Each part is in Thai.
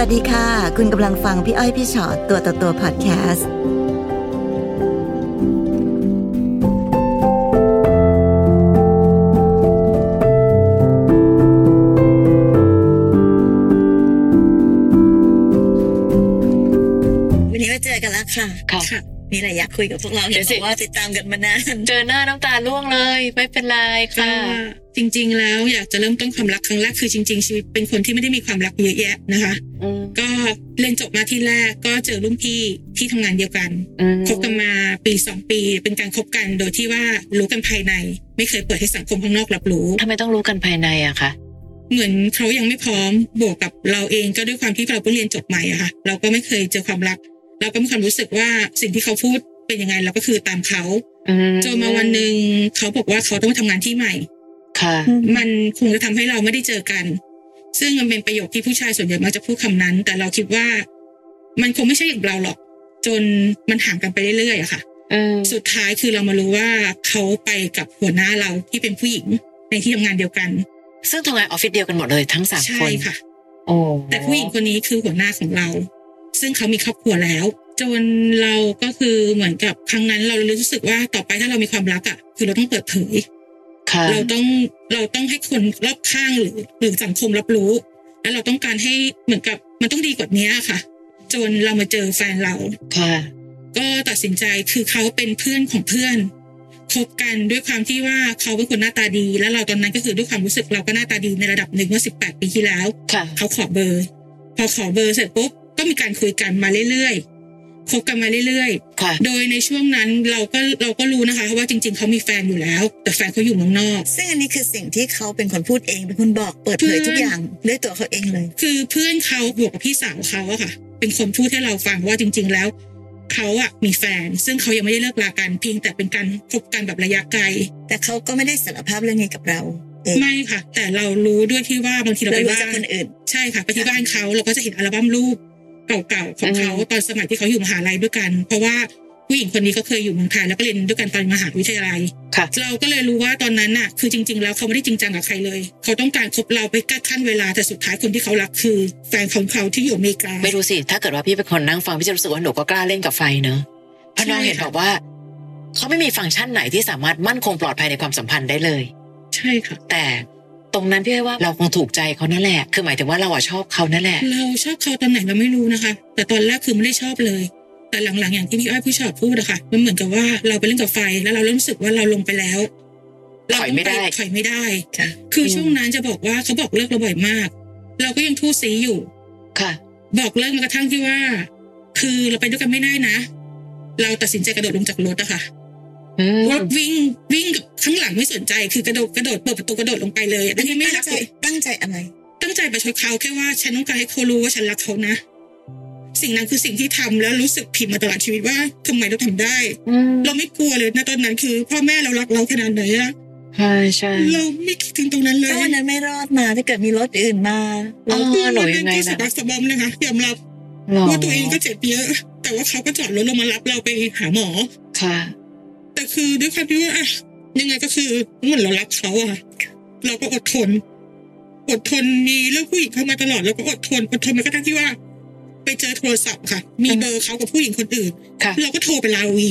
วัสดีค่ะ คุณกำลังฟังพี่อ้อยพี่ชอตตัวต่อตัวพอดแคสต์ วันนี้มาเจอกันแล้วค่ะ ค่ะ มีอะไรอยากคุยกับพวกเรา เดี๋ เห็น ยว บ สิ อกว่าติดตามกันมานาน เจอหน้าน้ำตาล่วงเลย ไม่เป็นไร ก็ ค่ะ จริงๆ แล้วอยากจะเริ่มต้นความรักครั้งแรกคือจริง ๆ ชีวิตเป็นคนที่ไม่ได้มีความรักเยอะแยะนะคะ อืม ก็เรียนจบมาที่แรกก็เจอรุ่นพี่ที่ทำงานเดียวกัน อืม คบกันมาปีสองปี เป็นการคบกันโดยที่ว่ารู้กันภายใน ไม่เคยเปิดให้สังคมข้างนอกรับรู้ ทำไมต้องรู้กันภายในอะคะ เหมือนเขายังไม่พร้อมบวกกับเราเองก็ด้วยความที่เราเพิ่งเรียนจบใหม่อะค่ะเราก็ไม่เคยเจอความรัก เราก็มีความรู้สึกว่าสิ่งที่เขาพูดเป็นยังไงเราก็คือตามเขา อื จนมาวันหนึ่งเขาบอกว่าเขาต้องไปทำงานที่ใหม่ ค่ะ มันคงจะทำให้เราไม่ได้เจอกัน ซึ่งมันเป็นประโยคที่ผู้ชายส่วนใหญ่มักจะพูดคำนั้น แต่เราคิดว่า มันคงไม่ใช่อย่างเราหรอก จนมันห่างกันไปเรื่อยๆอะค่ะ อืม สุดท้ายคือเรามารู้ว่าเขาไปกับหัวหน้าเราที่เป็นผู้หญิงในที่ทำงานเดียวกัน ซึ่งทำงานออฟฟิศเดียวกันหมดเลยทั้งสาม ใช่ คน ค่ะ โอ้ แต่ผู้หญิงคนนี้คือหัวหน้าของเรา ซึ่งเขามีครอบครัวแล้ว จนเราก็คือเหมือนกับครั้งนั้นเรารู้สึกว่าต่อไปถ้าเรามีความรักอ่ะ คือเราต้องเปิดเผย ค่ะ เราต้องเราต้องให้คนรอบข้างหรือหรือสังคมรับรู้ แล้วเราต้องการให้เหมือนกับมันต้องดีกว่านี้ค่ะ จนเรามาเจอแฟนเรา ค่ะ ก็ตัดสินใจคือเขาเป็นเพื่อนของเพื่อนคบกันด้วยความที่ว่าเขาเป็นคนหน้าตาดี แล้วเราตอนนั้นก็คือด้วยความรู้สึกเราก็หน้าตาดีในระดับหนึ่งเมื่อ18 ปีที่แล้ว ค่ะ เขาขอเบอร์ พอขอเบอร์เสร็จปุ๊บก็มีการคุยกันมาเรื่อยๆคบกันมาเรื่อยๆ ค่ะ โดยในช่วงนั้นเราก็เราก็รู้นะคะ ว่าจริง ๆ เขามีแฟนอยู่แล้ว แต่แฟนเขาอยู่เมืองนอก ซึ่งอันนี้คือสิ่งที่เขาเป็นคนพูดเองเป็นคนบอกเปิดเผยทุกอย่างด้วยตัวเขาเองเลย คือเพื่อนเขาบวกกับพี่สาวเขาอะค่ะ เป็นคนพูดให้เราฟังว่าจริง ๆ แล้ว เขาอะมีแฟน ซึ่งเขายังไม่ได้เลิกลากันเพียงแต่เป็นการคบกันแบบระยะไกล แต่เขาก็ไม่ได้สารภาพเรื่องนี้กับเราเอง ไม่ค่ะ แต่เรารู้ด้วยที่ว่าบางทีเรา เรา ไป รู้ บ้า จักคนนอื่น ใช่ค่ะไปที่บ้านเขาเราก็จะเห็นอัลบั้มรูปเก่าๆของเขา อืม ตอนสมัยที่เขาอยู่มหาลัยด้วยกัน เพราะว่าผู้หญิงคนนี้ก็เคยอยู่เมืองไทยแล้วก็เรียนด้วยกันตอนมหาวิทยาลัย ค่ะ เราก็เลยรู้ว่าตอนนั้นน่ะ คือจริง ๆ แล้วเขาไม่ได้จริงจังกับใครเลย เขาต้องการคบเราไปกั้นเวลาแต่สุดท้ายคนที่เขารักคือ แฟนของเขาที่อยู่อเมริกา ไม่รู้สิ ถ้าเกิดว่าพี่เป็นคนนั่งฟังพี่จะรู้สึกว่าหนูก็กล้าเล่นกับไฟเนอะเพราะน้อง ใช่ค่ะ เห็นบอกว่า เขาไม่มีฟังก์ชันไหนที่สามารถมั่นคงปลอดภัยในความสัมพันธ์ได้เลย ใช่ค่ะ แต่ตรงนั้นพี่ให้ว่าเราคงถูกใจเขานั่นแหละ คือหมายถึงว่าเราอะชอบเขานั่นแหละ เราชอบเขาตอนไหนเราไม่รู้นะคะ แต่ตอนแรกคือไม่ได้ชอบเลย แต่หลังๆ อย่างที่พี่อ้อยผู้ชอบพูดอะค่ะมันเหมือนกับว่าเราไปเล่นกับไฟแล้วเราเริ่มรู้สึกว่าเราลงไปแล้ว ถอยไม่ได้ เราต้องปถอยไม่ได้ ค่ะ คือช่วงนั้นจะบอกว่าเขาบอกเลิกเราบ่อยมาก เราก็ยังทู่ซีอยู่ ค่ะ บอกเลิกมากระทั่งที่ว่า คือเราไปด้วยกันไม่ได้นะ เราตัดสินใจกระโดดลงจากรถอะค่ะ อืม รถวิ่งวิ่งกับข้างหลังไม่สนใจ คือกระโดดกระโดดเปิดประตูกระโดดลงไปเลยอะ อั โด น ย นี้ ที่ไม่ ตั้ง รัก ใจตั้งใจอะไร ตั้งใจประชดเขาแค่ว่าฉันต้องการให้เขารู้ว่าฉันรักเขานะ สิ่งนั้นคือสิ่งที่ทำแล้วรู้สึกผิดมาตลอดชีวิตว่าทำไมเราทำได้ อืม เราไม่กลัวเลยนะตอนนั้นคือ พ่อแม่เรารักเราขนาดไหนอะ ใช่ใช่ เราไม่คิดถึงตรงนั้นเลย ถ้าวันนั้นไม่รอดมาถ้าเกิดมีรถอื่นมา เออหนู วัน ยั นั้ ง น ไง ก็สะ นะ บักสะบอมนะคะยอมรับ หรอ ว่าตัวเองก็เจ็บเยอะ แต่ว่าเขาก็จอดรถลงมารับเราไปหาหมอ ค่ะ แต่คือด้วยความที่ว่าอะยังไงก็คือเหมือนเรารักเขาอะค่ะเราก็อดทน อดทนมีเรื่องผู้หญิงเข้ามาตลอดเราก็อดทนอดทนแม้กระทั่งที่ว่า ไปเจอโทรศัพท์ค่ะ มีเบอร์เขากับผู้หญิงคนอื่น ค่ะ เราก็โทรไปลาวี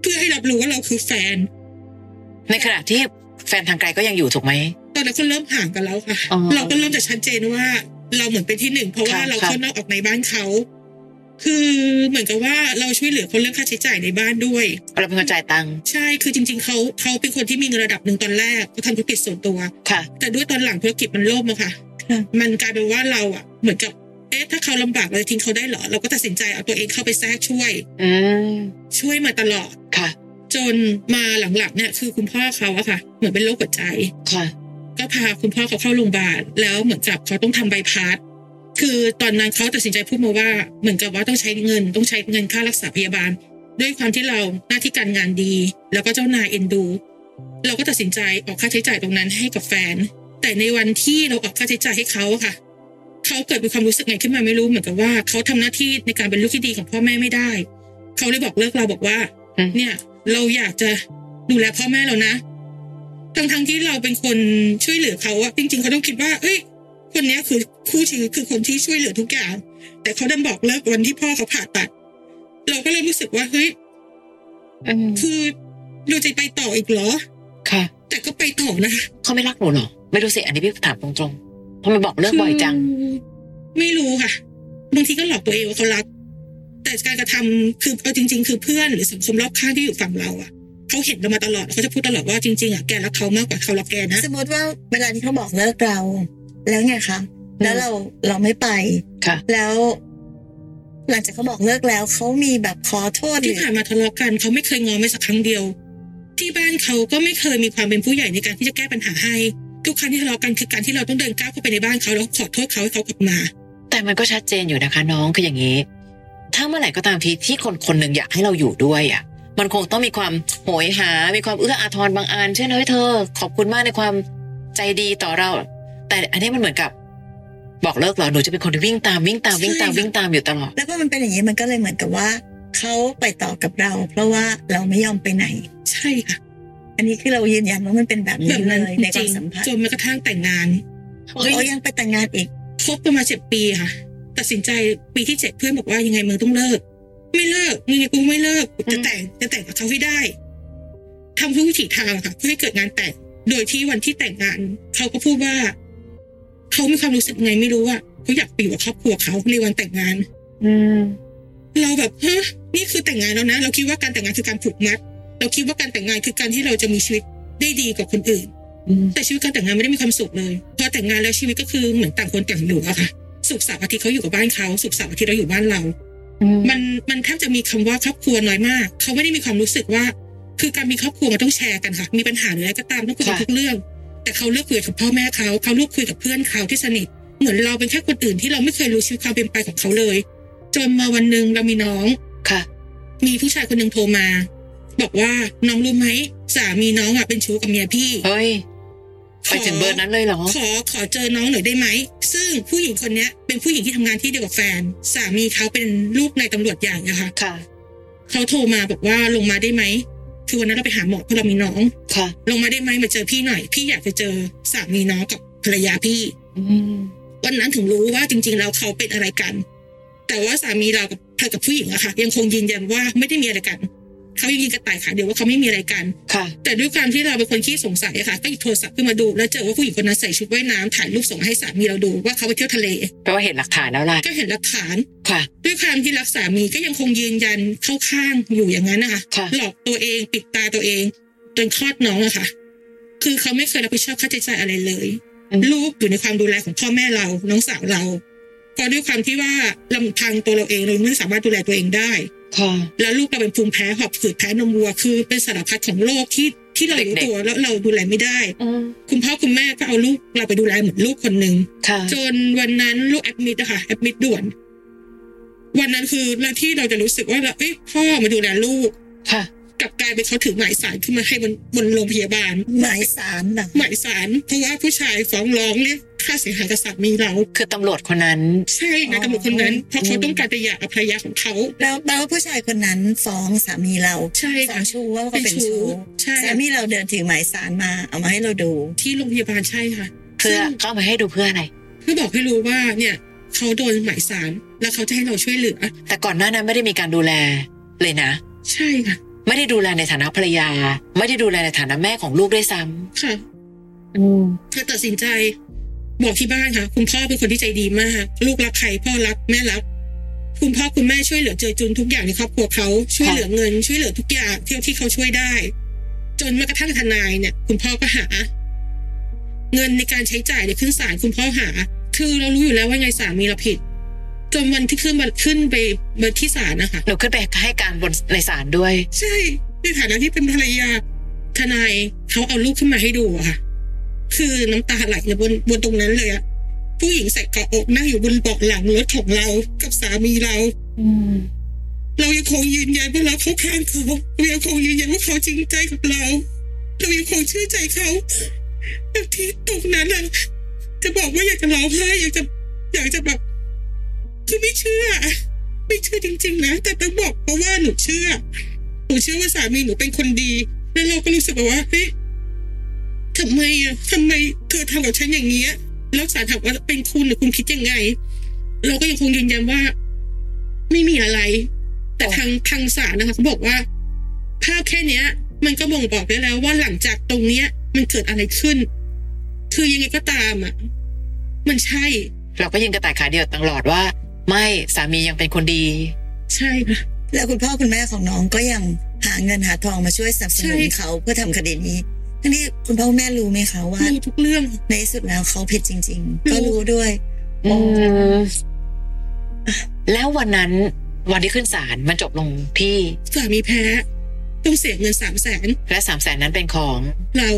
เพื่อให้รับรู้ว่าเราคือแฟน ในขณะที่แฟนทางไกลก็ยังอยู่ถูกไหม ตอนนั้นก็เริ่มห่างกันแล้วค่ะ อ๋อ เราก็เริ่มจะชัดเจนว่า เราเหมือนเป็นที่หนึ่งเพราะว่า ค่ะ เรา ค่ะ เข้านอกออกในบ้านเขา คือเหมือนกับว่าเราช่วยเหลือคนเรื่องค่าใช้จ่ายในบ้านด้วย เราเป็นคนจ่ายตังค์ ใช่ คือจริง ๆ เขาเขาเป็นคนที่มีเงินระดับหนึ่งตอนแรกเขาทำธุรกิจส่วนตัว ค่ะ แต่ด้วยตอนหลังธุรกิจมันล่มอะค่ะ ค่ะ มันกลายเป็นว่าเราอะเหมือนกับ เอ๊ะ ถ้าเขาลำบากเราจะทิ้งเขาได้เหรอ เราก็ตัดสินใจเอาตัวเองเข้าไปแทรกช่วย อืม ช่วยมาตลอด ค่ะ จนมาหลังๆเนี่ยคือคุณพ่อเขาอะค่ะ เหมือนเป็นโรคหัวใจ ค่ะ ก็พาคุณพ่อเขาเข้าโรงพยาบาลแล้วเหมือนกับเขาต้องทำใบายพาสคือตอนนั้นเขาตัดสินใจพูดมาว่าเหมือนกับว่าต้องใช้เงินต้องใช้เงินค่ารักษาพยาบาล ด้วยความที่เราหน้าที่การงานดี แล้วก็เจ้านายเอ็นดู เราก็ตัดสินใจออกค่าใช้จ่ายตรงนั้นให้กับแฟน แต่ในวันที่เราออกค่าใช้จ่ายให้เขาอะค่ะเขาเกิดมีความรู้สึกไงขึ้นมาไม่รู้เหมือนกับว่าเขาทำหน้าที่ในการเป็นลูกที่ดีของพ่อแม่ไม่ได้ เขาเลยบอกเลิกเราบอกว่า อืม เนี่ย เราอยากจะดูแลพ่อแม่เรานะ ทั้งๆที่เราเป็นคนช่วยเหลือเขาอะจริง ๆเขาต้องคิดว่า เอ้ย คนเนี้ยคือคู่ชีวิตคือคนที่ช่วยเหลือทุกอย่าง แต่เขาดันบอกเลิกวันที่พ่อเขาผ่าตัด เราก็เลยรู้สึกว่าเฮ้ย อืม คือเราจะไปต่ออีกเหรอ ค่ะ แต่ก็ไปต่อนะ เขาไม่รักหนูเหรอ ไม่รู้สิ อันนี้พี่ถามตรงๆทำไมบอกเลิกบ่อยจัง คือไม่รู้ค่ะบางทีก็หลอกตัวเองว่าเขารัก แต่การกระทำคือเอาจริง ๆ คือเพื่อนหรือสังคมรอบข้างที่อยู่ฝั่งเราอ่ะเขาเห็นเรามาตลอดเขาจะพูดตลอดว่าจริงๆอ่ะแกรักเขามากกว่าเขารักแกนะ สมมติว่าเวลาที่เขาบอกเลิกเรา แล้วไงคะแล้วเราเราไม่ไป ค่ะ แล้ว หลังจากเขาบอกเลิกแล้วเขามีแบบขอโทษหรื ที่ อ ผ่านมาทะเลาะกันเขาไม่เคยงอแม้สักครั้งเดียว ที่บ้านเขาก็ไม่เคยมีความเป็นผู้ใหญ่ในการที่จะแก้ปัญหาให้ ทุกครั้งที่ทะเลาะกันคือการที่เราต้องเดินก้าวเข้าไปในบ้านเขาแล้วขอโทษเขาให้เขากลับมา แต่มันก็ชัดเจนอยู่นะคะน้องคืออย่างนี้ ถ้าเมื่อไหร่ก็ตามทีที่คนคนหนึ่งอยากให้เราอยู่ด้วยอ่ะ มันคงต้องมีความโหยหา มีความเอื้ออาทรบางอันเช่นเฮ้ยเธอ ขอบคุณมากในความใจดีต่อเรา แต่อันนี้มันเหมือนกับ บอกเลิกเหรอหนูจะเป็นคนที่วิ่งตามวิ่งตามวิ่งตาม ใช่ค่ะ วิ่งตามอยู่ตลอด แล้วพอมันเป็นอย่างนี้มันก็เลยเหมือนกับว่าเขาไปต่อกับเรา เพราะว่าเราไม่ยอมไปไหน ใช่ค่ะ อันนี้คือเรายืนยันว่ามันเป็นแบบ แบ นี้ บ เล นั้น ย จ ในค ริ วาม ง สัมพัน ๆจ ธ์ นแม้กระทั่งแต่งงาน โอ้ยังไปแต่งงานอีก คบกันมาเจ็ดปีค่ะ ตัดสินใจปีที่เจ็ดเพื่อนบอกว่ายังไงมึงต้องเลิก ไม่เลิกมึงยังกูไม่เลิกจะแต่งจะแต่งกับเขาให้ได้ทำทุกวิถีทางค่ะเพื่อให้เกิดงานแต่งโดยที่วันที่แต่งงานเขาก็พูดว่าเขามีความรู้สึกไงไม่รู้ว่าเขาอยากไปอยู่กับครอบครัวเขาในวันแต่งงาน อืม เราแบบฮะนี่คือแต่งงานแล้วนะ เราคิดว่าการแต่งงานคือการผูกมัด เราคิดว่าการแต่งงานคือการที่เราจะมีชีวิตได้ดีกว่าคนอื่น อืม แต่ชีวิตการแต่งงานไม่ได้มีความสุขเลย พอแต่งงานแล้วชีวิตก็คือเหมือนต่างคนต่างอยู่อะค่ะสุขเสาร์อาทิตย์เขาอยู่กับบ้านเขาสุขเสาร์อาทิตย์เราอยู่บ้านเรา มันมันแทบจะมีคำว่าครอบครัวน้อยมากเขาไม่ได้มีความรู้สึกว่า คือการมีครอบครัวมันต้องแชร์กันค่ะ มีปัญหาหรืออะไรก็ตามต้องคุยกัน ค่ะ ทุกเรื่อง แต่เขาเลือกคุยกับพ่อแม่เขาเขาเลือกคุยกับเพื่อนเขาที่สนิท เหมือนเราเป็นแค่คนอื่นที่เราไม่เคยรู้ชีวิตความเป็นไปของเขาเลย จนมาวันหนึ่งเรามีน้อง ค่ะ มีผู้ชายคนหนึ่งโทรมา บอกว่าน้องรู้ไหมสามีน้องอ่ะเป็นชู้กับเมียพี่ เฮ้ย ไปถึงเบอร์นั้นเลยเหรอ ขอขอเจอน้องหน่อยได้ไหม ซึ่งผู้หญิงคนเนี้ยเป็นผู้หญิงที่ทำงานที่เดียวกับแฟน สามีเขาเป็นลูกนายตำรวจใหญ่นะคะ ค่ะ เขาโทรมาบอกว่าลงมาได้ไหม คือวันนั้นเราไปหาหมอเพราะเรามีน้อง ค่ะ ลงมาได้ไหมมาเจอพี่หน่อย พี่อยากจะเจอสามีน้องกับภรรยาพี่ อืม วันนั้นถึงรู้ว่าจริง ๆ แล้วเขาเป็นอะไรกัน แต่ว่าสามีเรากับเธอกับผู้หญิงอะค่ะ ยังคงยืนยันว่าไม่ได้มีอะไรกัน เขายังยืนกระต่ายขาเดียวว่าเขาไม่มีอะไรกัน ค่ะ แต่ด้วยความที่เราเป็นคนขี้สงสัยอะค่ะ ก็หยิบโทรศัพท์ขึ้นมาดู แล้วเจอว่าผู้หญิงคนนั้นใส่ชุดว่ายน้ำถ่ายรูปส่งให้สามีเราดูว่าเขาไปเที่ยวทะเล แปลว่าเห็นหลักฐานแล้วล่ะ ก็เห็นหลักฐาน ค่ะ ด้วยความที่รักสามีก็ยังคงยืนยันเข้าข้างอยู่อย่างนั้นนะคะ ค่ะ หลอกตัวเองปิดตาตัวเองจนคลอดน้องอะค่ะ คือเขาไม่เคยรับผิดชอบค่าใช้จ่ายอะไรเลย อืม ลูกอยู่ในความดูแลของพ่อแม่เราน้องสาวเราเพราะด้วยความที่ว่าลำพังตัวเราเองเราไม่สามารถดูแลตัวเองได้ ค่ะ แล้วลูกเราเป็นภูมิแพ้หอบหืดแพ้นมวัวคือเป็นสารพัดของโรคที่ที่เรารู้ เด็กๆ ตัวแล้วเราดูแลไม่ได้ อืม คุณพ่อคุณแม่ก็เอาลูกเราไปดูแลเหมือนลูกคนหนึ่ง ค่ะ จนวันนั้นลูกแอดมิดอะค่ะแอดมิดด่วน วันนั้นคือเราที่เราจะรู้สึกว่าเราเอ้ยพ่อมาดูแลลูก ค่ะ กลับกลายเป็นเขาถือหมายสารขึ้นมาให้บนบนโรงพยาบาล หมายสารเหรอ หมายสารเพราะว่าผู้ชายฟ้องร้องเรียกค่าเสียหายกับสามีเรา คือตำรวจคนนั้น ใช่นะตำรวจคนนั้นเพราะเขาต้องการจะหย่ากับภรรยาของเขา แล้วแล้วผู้ชายคนนั้นฟ้องสามีเรา ใช่ ฟ้อ ค่ะ งชู้ว่าเขาเป็นชู้ ใช่ สามีเราเดินถือหมายสารมาเอามาให้เราดู ที่โรงพยาบาลใช่ค่ะ เพื่อเข้ามาให้ดูเพื่ออะไร เพื่อบอกให้รู้ว่าเนี่ยเขาโดนหมายสารแล้วเขาจะให้เราช่วยเหลือ แต่ก่อนหน้านั้นไม่ได้มีการดูแลเลยนะ ใช่ค่ะ ไม่ได้ดูแลในฐานะภรรยา ไม่ได้ดูแลในฐานะแม่ของลูกด้วยซ้ ค่ะ ำอืม เธอตัดสินใจ บอกที่บ้านค่ะ คุณพ่อเป็นคนที่ใจดีมาก ลูกรักใครพ่อรักแม่รัก คุณพ่อคุณแม่ช่วยเหลือเจอจุนทุกอย่างในครอบครัวเขาช่วยเหลือเงิน ช่วยเหลือทุกอย่างเท่าที่เขาช่วยได้ จนแม้กระทั่งทนายเนี่ย คุณพ่อก็หา เงินในการใช้จ่ายในขึ้นศาลคุณพ่อหา คือเรารู้อยู่แล้วว่าไงสามีเราผิด จนวันที่ขึ้นมาขึ้นไปเบอร์ที่ศาลนะคะ หนูขึ้นไปให้การบนในศาลด้วย ใช่ในฐานะที่เป็นภรรยาทนายเขาเอารูปขึ้นมาให้ดูอะค่ะ คือน้ำตาไหลเลยบนบนตรงนั้นเลยอะผู้หญิงใส่เกาะอกนั่งอยู่บนเบาะหลังรถของเรากับสามีเรา อืม เรายังคงยืนยันว่าเราเข้าข้างเขาเรายังคงยืนยันว่าเขาจริงใจกับเรา เรายังคงเชื่อใจเขาแต่ที่ตรงนั้นอะจะบอกว่าอยากจะร้องไห้อยากจะอยากจะแบบคือไม่เชื่อ ไม่เชื่อจริง ๆ นะแต่ต้องบอกเพราะว่าหนูเชื่อหนูเชื่อว่าสามีหนูเป็นคนดีแล้วเราก็รู้สึกแบบว่าเฮ้ยทำไมอะทำไมเธอทำกับฉันอย่างเงี้ย แล้วศาลถามว่าเป็นคุณหรือคุณคิดยังไง เราก็ยังคงยืนยันว่า ไม่มีอะไร แต่ทางทางศาลนะคะเขาบอกว่า ภาพแค่เนี้ย มันก็บ่งบอกได้แล้วว่าหลังจากตรงเนี้ย มันเกิดอะไรขึ้น คือยังไงก็ตามอ่ะมันใช่ เราก็ยิงกระต่ายขาเดียวตลอดว่า ไม่สามียังเป็นคนดี ใช่ค่ะ แล้วคุณพ่อคุณแม่ของน้องก็ยังหาเงินหาทองมาช่วยสนับสนุน ใช่ เขาเพื่อทำคดีนี้ทั้งที่คุณพ่อคุณแม่รู้ไหมคะว่า รู้ทุกเรื่อง ในที่สุดแล้วเขาผิดจริง ๆ ก็ รู้ รู้ด้วย อืมแล้ววันนั้นวันที่ขึ้นศาลมันจบลงที่ สามีแพ้ต้องเสียเงินสามแสน และสามแสนนั้นเป็นของ เรา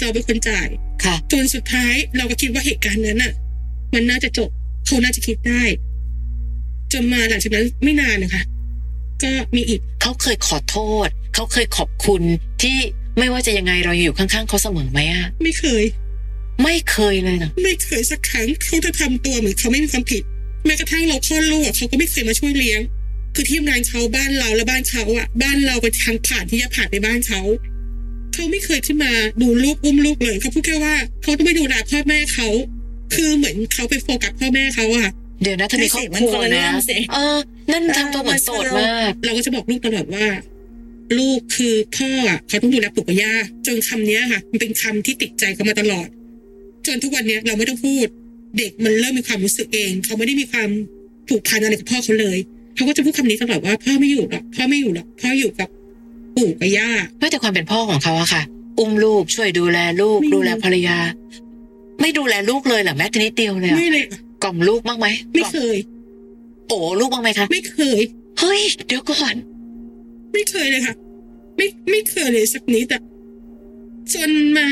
เราเป็นคนจ่าย ค่ะ จนสุดท้ายเราก็คิดว่าเหตุการณ์นั้นน่ะ มันน่าจะจบเขาน่าจะคิดได้จนมาหลังจากนั้นไม่นานนะคะ ก็มีอีก เขาเคยขอโทษ เขาเคยขอบคุณที่ไม่ว่าจะยังไงเราอยู่ข้างๆเขาเสมอไหมอะ ไม่เคย ไม่เคยเลยนะ ไม่เคยสักครั้งเขาจะทำตัวเหมือนเขาไม่มีความผิดแม้กระทั่งเราคลอดลูกอะเขาก็ไม่เคยมาช่วยเลี้ยง คือที่ทำงานเขาบ้านเราและบ้านเขาอ่ะ บ้านเราไปนทางผ่านที่จะผ่านไปบ้านเขาเขาไม่เคยขึ้นมาดูลูกอุ้มลูกเลยเขาพูดแค่ว่าเขาต้องไปดูแลพ่อแม่เขาคือเหมือนเขาไปโฟกัสพ่อแม่เขาอะค่ะ เดี๋ยวนะเธอมีครอบครัว มันคนละเรื่ นะ องสิ เออ นั่นทำตัวเหมือนโสดมาก เราก็จะบอกลูกตลอดว่า ลูกคือพ่ออะเขาต้องดูแลปู่กับย่าจนคำเนี้ยค่ะ มันเป็นคำที่ติดใจเขามาตลอด จนทุกวันเนี้ยเราไม่ต้องพูด เด็กมันเริ่มมีความรู้สึกเอง เขาไม่ได้มีความผูกพันอะไรกับพ่อเขาเลยเขาก็จะพูดคำนี้ตลอดว่าพ่อไม่อยู่หรอกพ่อไม่อยู่หรอกพ่ออยู่กับปู่กับย่า ไม่แต่ความเป็นพ่อของเขาอะค่ะ อุ้มลูกช่วยดูแลลูก ไม่ ดูแลภรรยา ไม่ดูแลลูกเลยเหรอแม้แต่นิดเดียวเลยอะ ไม่เลยอะ กล่อมลูกบ้างไหม ไม่ กล่อม เคย โอ้ลูกบ้างไหมคะ ไม่เคย เฮ้ยเดี๋ยวก่อน ไม่เคยเลยค่ะ ไม่ไม่เคยเลยสักนิดอะจนมา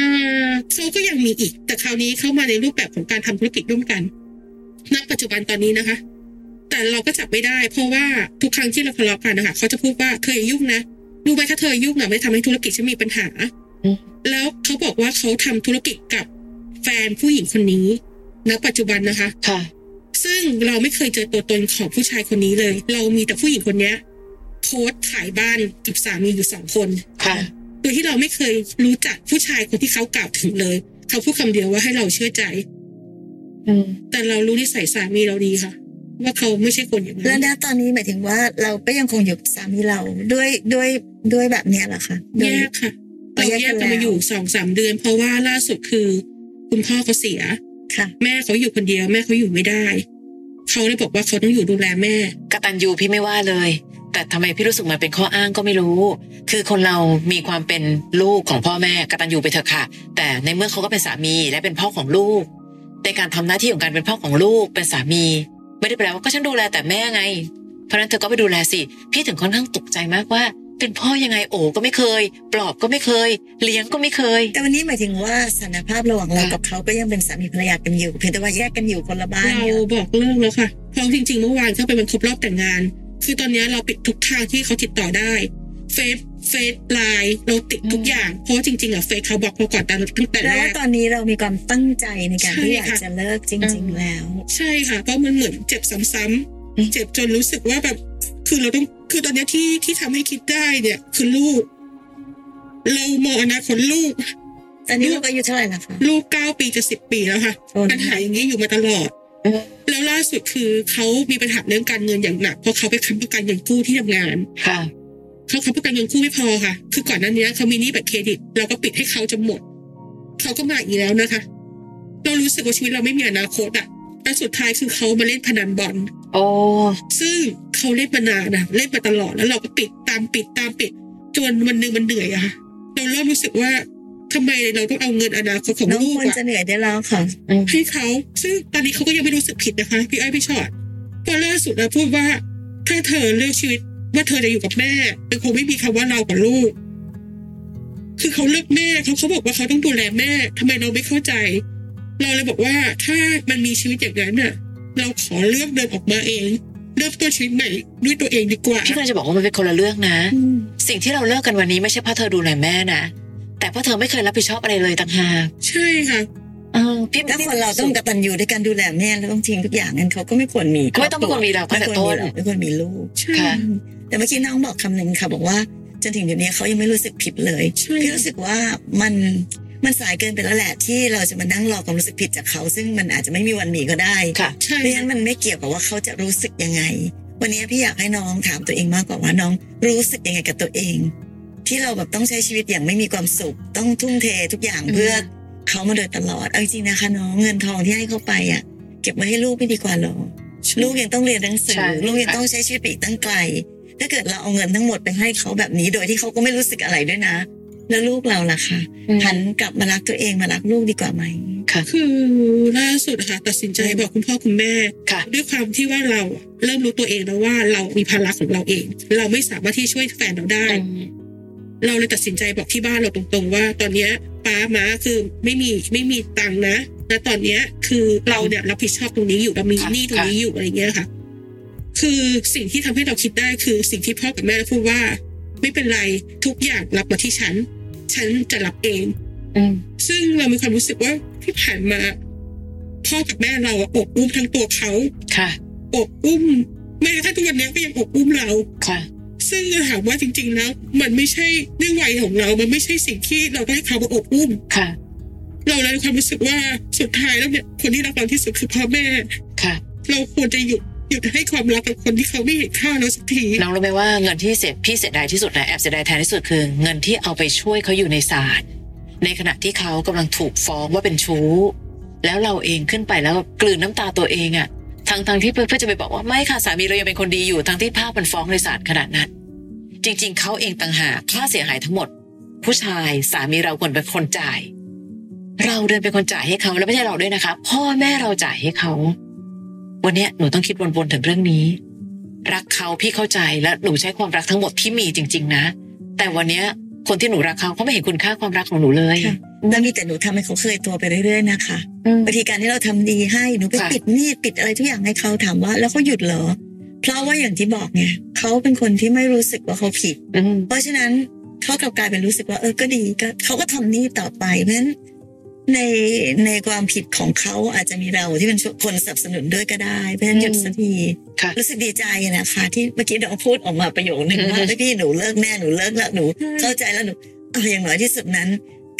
เขาก็ยังมีอีก แต่คราวนี้เข้ามาในรูปแบบของการทำธุรกิจร่วมกันณปัจจุบันตอนนี้นะคะ แต่เราก็จับไม่ได้ เพราะว่าทุกครั้งที่เราทะเลาะกันนะคะเขาจะพูดว่าเธออย่ายุ่งนะรู้ไหมถ้าเธอยุ่งอะไม่ทำให้ธุรกิจฉันมีปัญหา อืม แล้วเขาบอกว่าเขาทำธุรกิจกับแฟนผู้หญิงคนนี้ณปัจจุบันนะคะ ค่ะ ซึ่งเราไม่เคยเจอตัวตนของผู้ชายคนนี้เลย เรามีแต่ผู้หญิงคนเนี้ยโพสต์ขายบ้านกับสามีอยู่สองคน ค่ะ โดยที่เราไม่เคยรู้จักผู้ชายคนที่เขากล่าวถึงเลย เขาพูดคำเดียวว่าให้เราเชื่อใจ อืม แต่เรารู้นิสัยสามีเราดีค่ะ ว่าเขาไม่ใช่คนอย่าง แล้ นั้ วน ณตอนนี้หมายถึงว่าเราก็ยังคงอยู่กับสามีเราด้วยด้วยด้วยแบบเนี้ยเหรอคะโด แย ย กค่ะ เรา เรา แยก แย กั ก นแล้ว กันมาอยู่สองสามเดือน เพราะว่าล่าสุดคือ คุณพ่อเขาเสีย ค่ะ แม่เขาอยู่คนเดียว แม่เขาอยู่ไม่ได้ เขาเลยบอกว่าเขาต้องอยู่ดูแลแม่ กตัญญูพี่ไม่ว่าเลย แต่ทำไมพี่รู้สึกมันเป็นข้ออ้างก็ไม่รู้ คือคนเรามีความเป็นลูกของพ่อแม่กตัญญูไปเถอะค่ะ แต่ในเมื่อเขาก็เป็นสามีและเป็นพ่อของลูกในการทำหน้าที่ของการเป็นพ่อของลูกเป็นสามี ไม่ได้แปลว่าก็ฉันดูแลแต่แม่ไง เพราะฉะนั้นเธอก็ไปดูแลสิพี่ถึงค่อนข้างตกใจมากว่า เป็นพ่อยังไงโอ๋ก็ไม่เคย ปลอบก็ไม่เคย เลี้ยงก็ไม่เคย แต่วันนี้หมายถึงว่าสถานภาพระหว่างเรากับเขาก็ยังเป็นสามีภรรยากันอยู่เพียงแต่ว่าแยกกันอยู่คนละบ้าน เรา เนี่ย บอกเลิกแล้วค่ะ เพราะจริงๆ เมื่อวานก็เป็นวันครบรอบแต่งงาน คือตอนนี้เราปิดทุกทางที่เขาติดต่อได้ เฟซ เฟซไลน์ เราติดทุกอย่าง เพราะจริงๆอ่ะเฟซเขาบล็อกเราก่อนแต่ตั้งแต่ แปล แร ว่าก ตอนนี้เรามีความตั้งใจในการที่ ใช่ อยาก ค่ะ จะเลิกจริง อืม ๆ แล้ว ใช่ค่ะ เพราะมันเหมือนเจ็บซ้ำ อืม ๆ เจ็บจนรู้สึกว่าแบบ คือเราต้อง คือตอนนี้ที่ที่ทำให้คิดได้เนี่ย คือลูก เรามองอนาคตลูก ตอนนี้ลูกอายุเท่าไหร่ละคะ ลูกเก้าปีจะสิบปีแล้วค่ะ โอ้ ปัญหาอย่างนี้อยู่มาตลอด เออ แล้วล่าสุดคือเขามีปัญหาเรื่องการเงินอย่างหนัก เพราะเขาไปค้ำประกันเงินกู้ที่ทำงาน ค่ะ เขาค้ำประกันเงินกู้ไม่พอค่ะ คือก่อนหน้านี้เขามีหนี้บัตรเครดิต เราก็ปิดให้เขาจนหมด เขาก็มาอีกแล้วนะคะ เรารู้สึกว่าชีวิตเราไม่มีอนาคตอ่ะแต่สุดท้ายคือเขามาเล่นพนันบอล โอ้ ซึ่งเขาเล่นมานานนะเล่นมาตลอดแล้วเราก็ปิดตามปิดตามปิด จนวันหนึ่งมันเหนื่อยอะค่ะ เราเริ่มรู้สึกว่าทำไมเราต้องเอาเงินอนาคตของ น้อง ลูก ควร อะ จะเหนื่อยได้แล้วค่ะ อืม ให้เขาซึ่งตอนนี้เขาก็ยังไม่รู้สึกผิดนะคะพี่อ้อยพี่ชอตเพอล่าสุดนะพูดว่า ถ้าเธอเลือกชีวิตว่าเธอจะอยู่กับแม่มันคงไม่มีคำว่าเรากับลูก คือเขาเลือกแม่เขาเขาบอกว่าเขาต้องดูแลแม่ทำไมเราไม่เข้าใจ เราเลยบอกว่าถ้ามันมีชีวิตอย่างนั้นน่ะ เราขอเลือกเดินออกมาเองเริ่มต้นชีวิตใหม่ด้วยตัวเองดีกว่า พี่กำลังจะบอกว่ามันเป็นคนละเรื่องนะ สิ่งที่เราเลิกกันวันนี้ไม่ใช่เพราะเธอดูแลแม่นะ แต่เพราะเธอไม่เคยรับผิดชอบอะไรเลยต่างหาก ใช่ค่ะ เออพี่ ถ้าคนเราต้องกตัญญูด้วยการดูแลแม่แล้วต้องทิ้งทุกอย่างงั้นเขาก็ไม่ควรมี ก็ไม่ต้องเป็นคนมีเราก็ ไม่ แต่ ควรมีต้น เราไม่ควรมีลูก ใช่ ค่ะ แต่เมื่อกี้น้องบอกคำหนึ่งค่ะ บอกว่าจนถึงเดี๋ยวนี้เขายังไม่รู้สึกผิดเลย ใช่ พี่รู้สึกว่ามัน มันสายเกินไปแล้วแหละที่เราจะมานั่งรอความรู้สึกผิดจากเขา ซึ่งมันอาจจะไม่มีวันมีก็ได้ ค่ะ ใช่ เพราะฉะนั้นมันไม่เกี่ยวกับว่าเขาจะรู้สึกยังไง วันนี้พี่อยากให้น้องถามตัวเองมากกว่าว่าน้องรู้สึกยังไงกับตัวเอง ที่เราแบบต้องใช้ชีวิตอย่างไม่มีความสุข ต้องทุ่มเททุกอย่าง อืม เพื่อเขามาโดยตลอดเอาจริงๆนะคะน้องเงินทองที่ให้เขาไปอ่ะ เก็บไว้ให้ลูกไม่ดีกว่าหรอลูกยังต้องเรียนหนังสื ใช่ อลูกยัง ค่ะ ต้องใช้ชีวิตไปอีกตั้งไกล ถ้าเกิดเราเอาเงินทั้งหมดไปให้เขาแบบนี้โดยที่เขาก็ไม่รู้สึกอะไรด้วยนะ แล้วลูกเราล่ะคะหันกลับมารักตัวเองมารักลูกดีกว่าไหม ค่ะ คือล่าสุดอะค่ะตัดสินใจบอกคุณพ่อคุณแม่ ค่ะ ด้วยความที่ว่าเราเริ่มรู้ตัวเองแล้วว่าเรามีภาระของเราเอง เราไม่สามารถที่ช่วยแฟนเราได้ เราเลยตัดสินใจบอกที่บ้านเราตรงๆ ว่า ตอนเนี้ยป้าม้าคือไม่มีไม่มีตังค์นะแลตอนเนี้ยคือเราเนี่ยรับผิดชอบตรงนี้อยู่เรามี ค่ะ หนี้ตรงนี้อยู่อะไรเงี้ยค่ะ คือสิ่งที่ทำให้เราคิดได้คือสิ่งที่พ่อกับแม่พูดว่า ไม่เป็นไรทุกอย่างรับมาที่ฉัน ฉันจะรับเอง ซึ่งเรามีความรู้สึกว่าที่ผ่านมาพ่อกับแม่เราอะอบอุ้มทั้งตัวเขา ค่ะ อบอุ้มแม้กระทั่งทุกวันเนี้ยก็ยังอบอุ้มเรา ค่ะ ซึ่งถามว่าจริง ๆ แล้ว มันไม่ใช่เรื่องวัยของเรา มันไม่ใช่สิ่งที่เราต้องให้เขามาอบอุ้ม ค่ะ เราเลยมีความรู้สึกว่าสุดท้ายแล้วเนี่ยคนที่รักเราที่สุดคือพ่อแม่ ค่ะ เราควรจะหยุดหยุดให้ความรักกับคนที่เขาไม่เห็นค่าเราสักที น้องรู้ไหมว่าเงินที่เสียพี่เสียดายที่สุดนะแอบเสียดายแทนที่สุดคือ เงินที่เอาไปช่วยเขาอยู่ในศาลในขณะที่เขากำลังถูกฟ้องว่าเป็นชู้ แล้วเราเองขึ้นไปแล้วกลืนน้ำตาตัวเองอะทางทางๆที่เพื่อนๆจะไปบอกว่าไม่ค่ะสามีเรายังเป็นคนดีอยู่ทั้งที่ภาพมันฟ้องในศาลขนาดนั้น จริง ๆเขาเองต่างหากค่าเสียหายทั้งหมด ผู้ชายสามีเราควรเป็นคนจ่าย เราเดินเป็นคนจ่ายให้เขาแล้วไม่ใช่เราด้วยนะคะ พ่อแม่เราจ่ายให้เขา วันเนี้ยหนูต้องคิดวนๆถึงเรื่องนี้ รักเขาพี่เข้าใจและหนูใช้ความรักทั้งหมดที่มีจริง ๆ นะ แต่วันเนี้ยคนที่หนูรักเขาเขาไม่เห็นคุณค่าความรักของหนูเลย ค่ะ นั่นมีแต่หนูทำให้เขาเคยตัวไปเรื่อยๆนะคะ อืม บางทีการที่เราทำดีให้หนูไป ค่ะ ปิดหนี้ปิดอะไรทุกอย่างให้เขาถามว่า แล้วเขาหยุดเหรอ เพราะว่าอย่างที่บอกไงเขาเป็นคนที่ไม่รู้สึกว่าเขาผิด อืม เพราะฉะนั้นเขากลับกลายเป็นรู้สึกว่าเออก็ดีก็เขาก็ทำหนี้ต่อไปเพราะฉะนั้นในในความผิดของเขาอาจจะมีเราที่เป็นคนสนับสนุนด้วยก็ได้เพราะฉะนั้นหยุดสักที ค่ะ รู้สึกดีใจนะคะ ที่เมื่อกี้น้องพูดออกมาประโยคนึงว่า อืม เฮ้ยพี่หนูเลิกแน่หนูเลิกแล้วหนู เข้าใจแล้วหนูเอออย่างน้อยที่สุดนั้น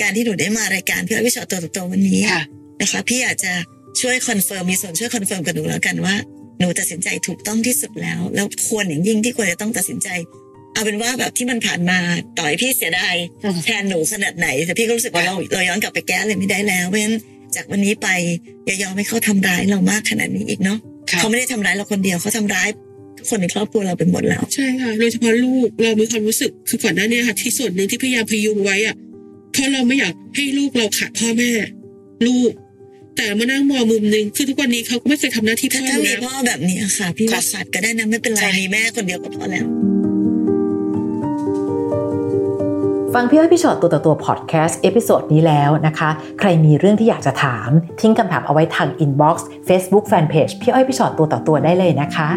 การที่หนูได้มารายการพี่อ้อยพี่ชอตตัวต่อตัววันนี้ ค่ะ นะคะพี่อาจจะช่วยคอนเฟิร์มมีส่วนช่วยคอนเฟิร์มกับหนูแล้วกันว่าหนูตัดสินใจถูกต้องที่สุดแล้ว แล้วควรอย่างยิ่งที่ควรจะต้องตัดสินใจ เอาเป็นว่าแบบที่มันผ่านมาต่อยพี่เสียดาย อืม แทนหนูขนาดไหน แต่พี่ก็รู้สึกว่าเราเราย้อนกลับไปแก้เลยไม่ได้แล้วเพราะฉะนั้นจากวันนี้ไปอย่ายอมให้เขาทำร้ายเรามากขนาดนี้อีกเนาะ ค่ะ เขาไม่ได้ทำร้ายเราคนเดียวเขาทำร้ายคนในครอบครัวเราไปหมดแล้ว ใช่ค่ะโดยเฉพาะลูกเรามีความรู้สึกคือก่อนหน้าเนี้ค่ะที่ส่วนหนึ่งที่พยายามพยุงไว้อะเพราะเราไม่อยากให้ลูกเราขาดพ่อแม่ ลูก แต่มานั่งมองมุมหนึ่งคือทุกวันนี้เขาก็ไม่เคยทำหน้าที่พ่ ถ้า อ ถ้ามี แล้ว พ่อแบบนี้ค่ะ พี่ว่าขาดก็ได้นะไม่เป็นไร ใช่ มีแม่คนเดียวก็พอแล้ว ฟังพี่อ้อยพี่ชอตตัวต่อตัวพอดแคสต์เอพิโซดนี้แล้วนะคะ ใครมีเรื่องที่อยากจะถาม ทิ้งคำถามเอาไว้ทางอินบ็อกซ์เฟซบุ๊กแฟนเพจพี่อ้อยพี่ชอตตัวต่อตัวได้เลยนะคะ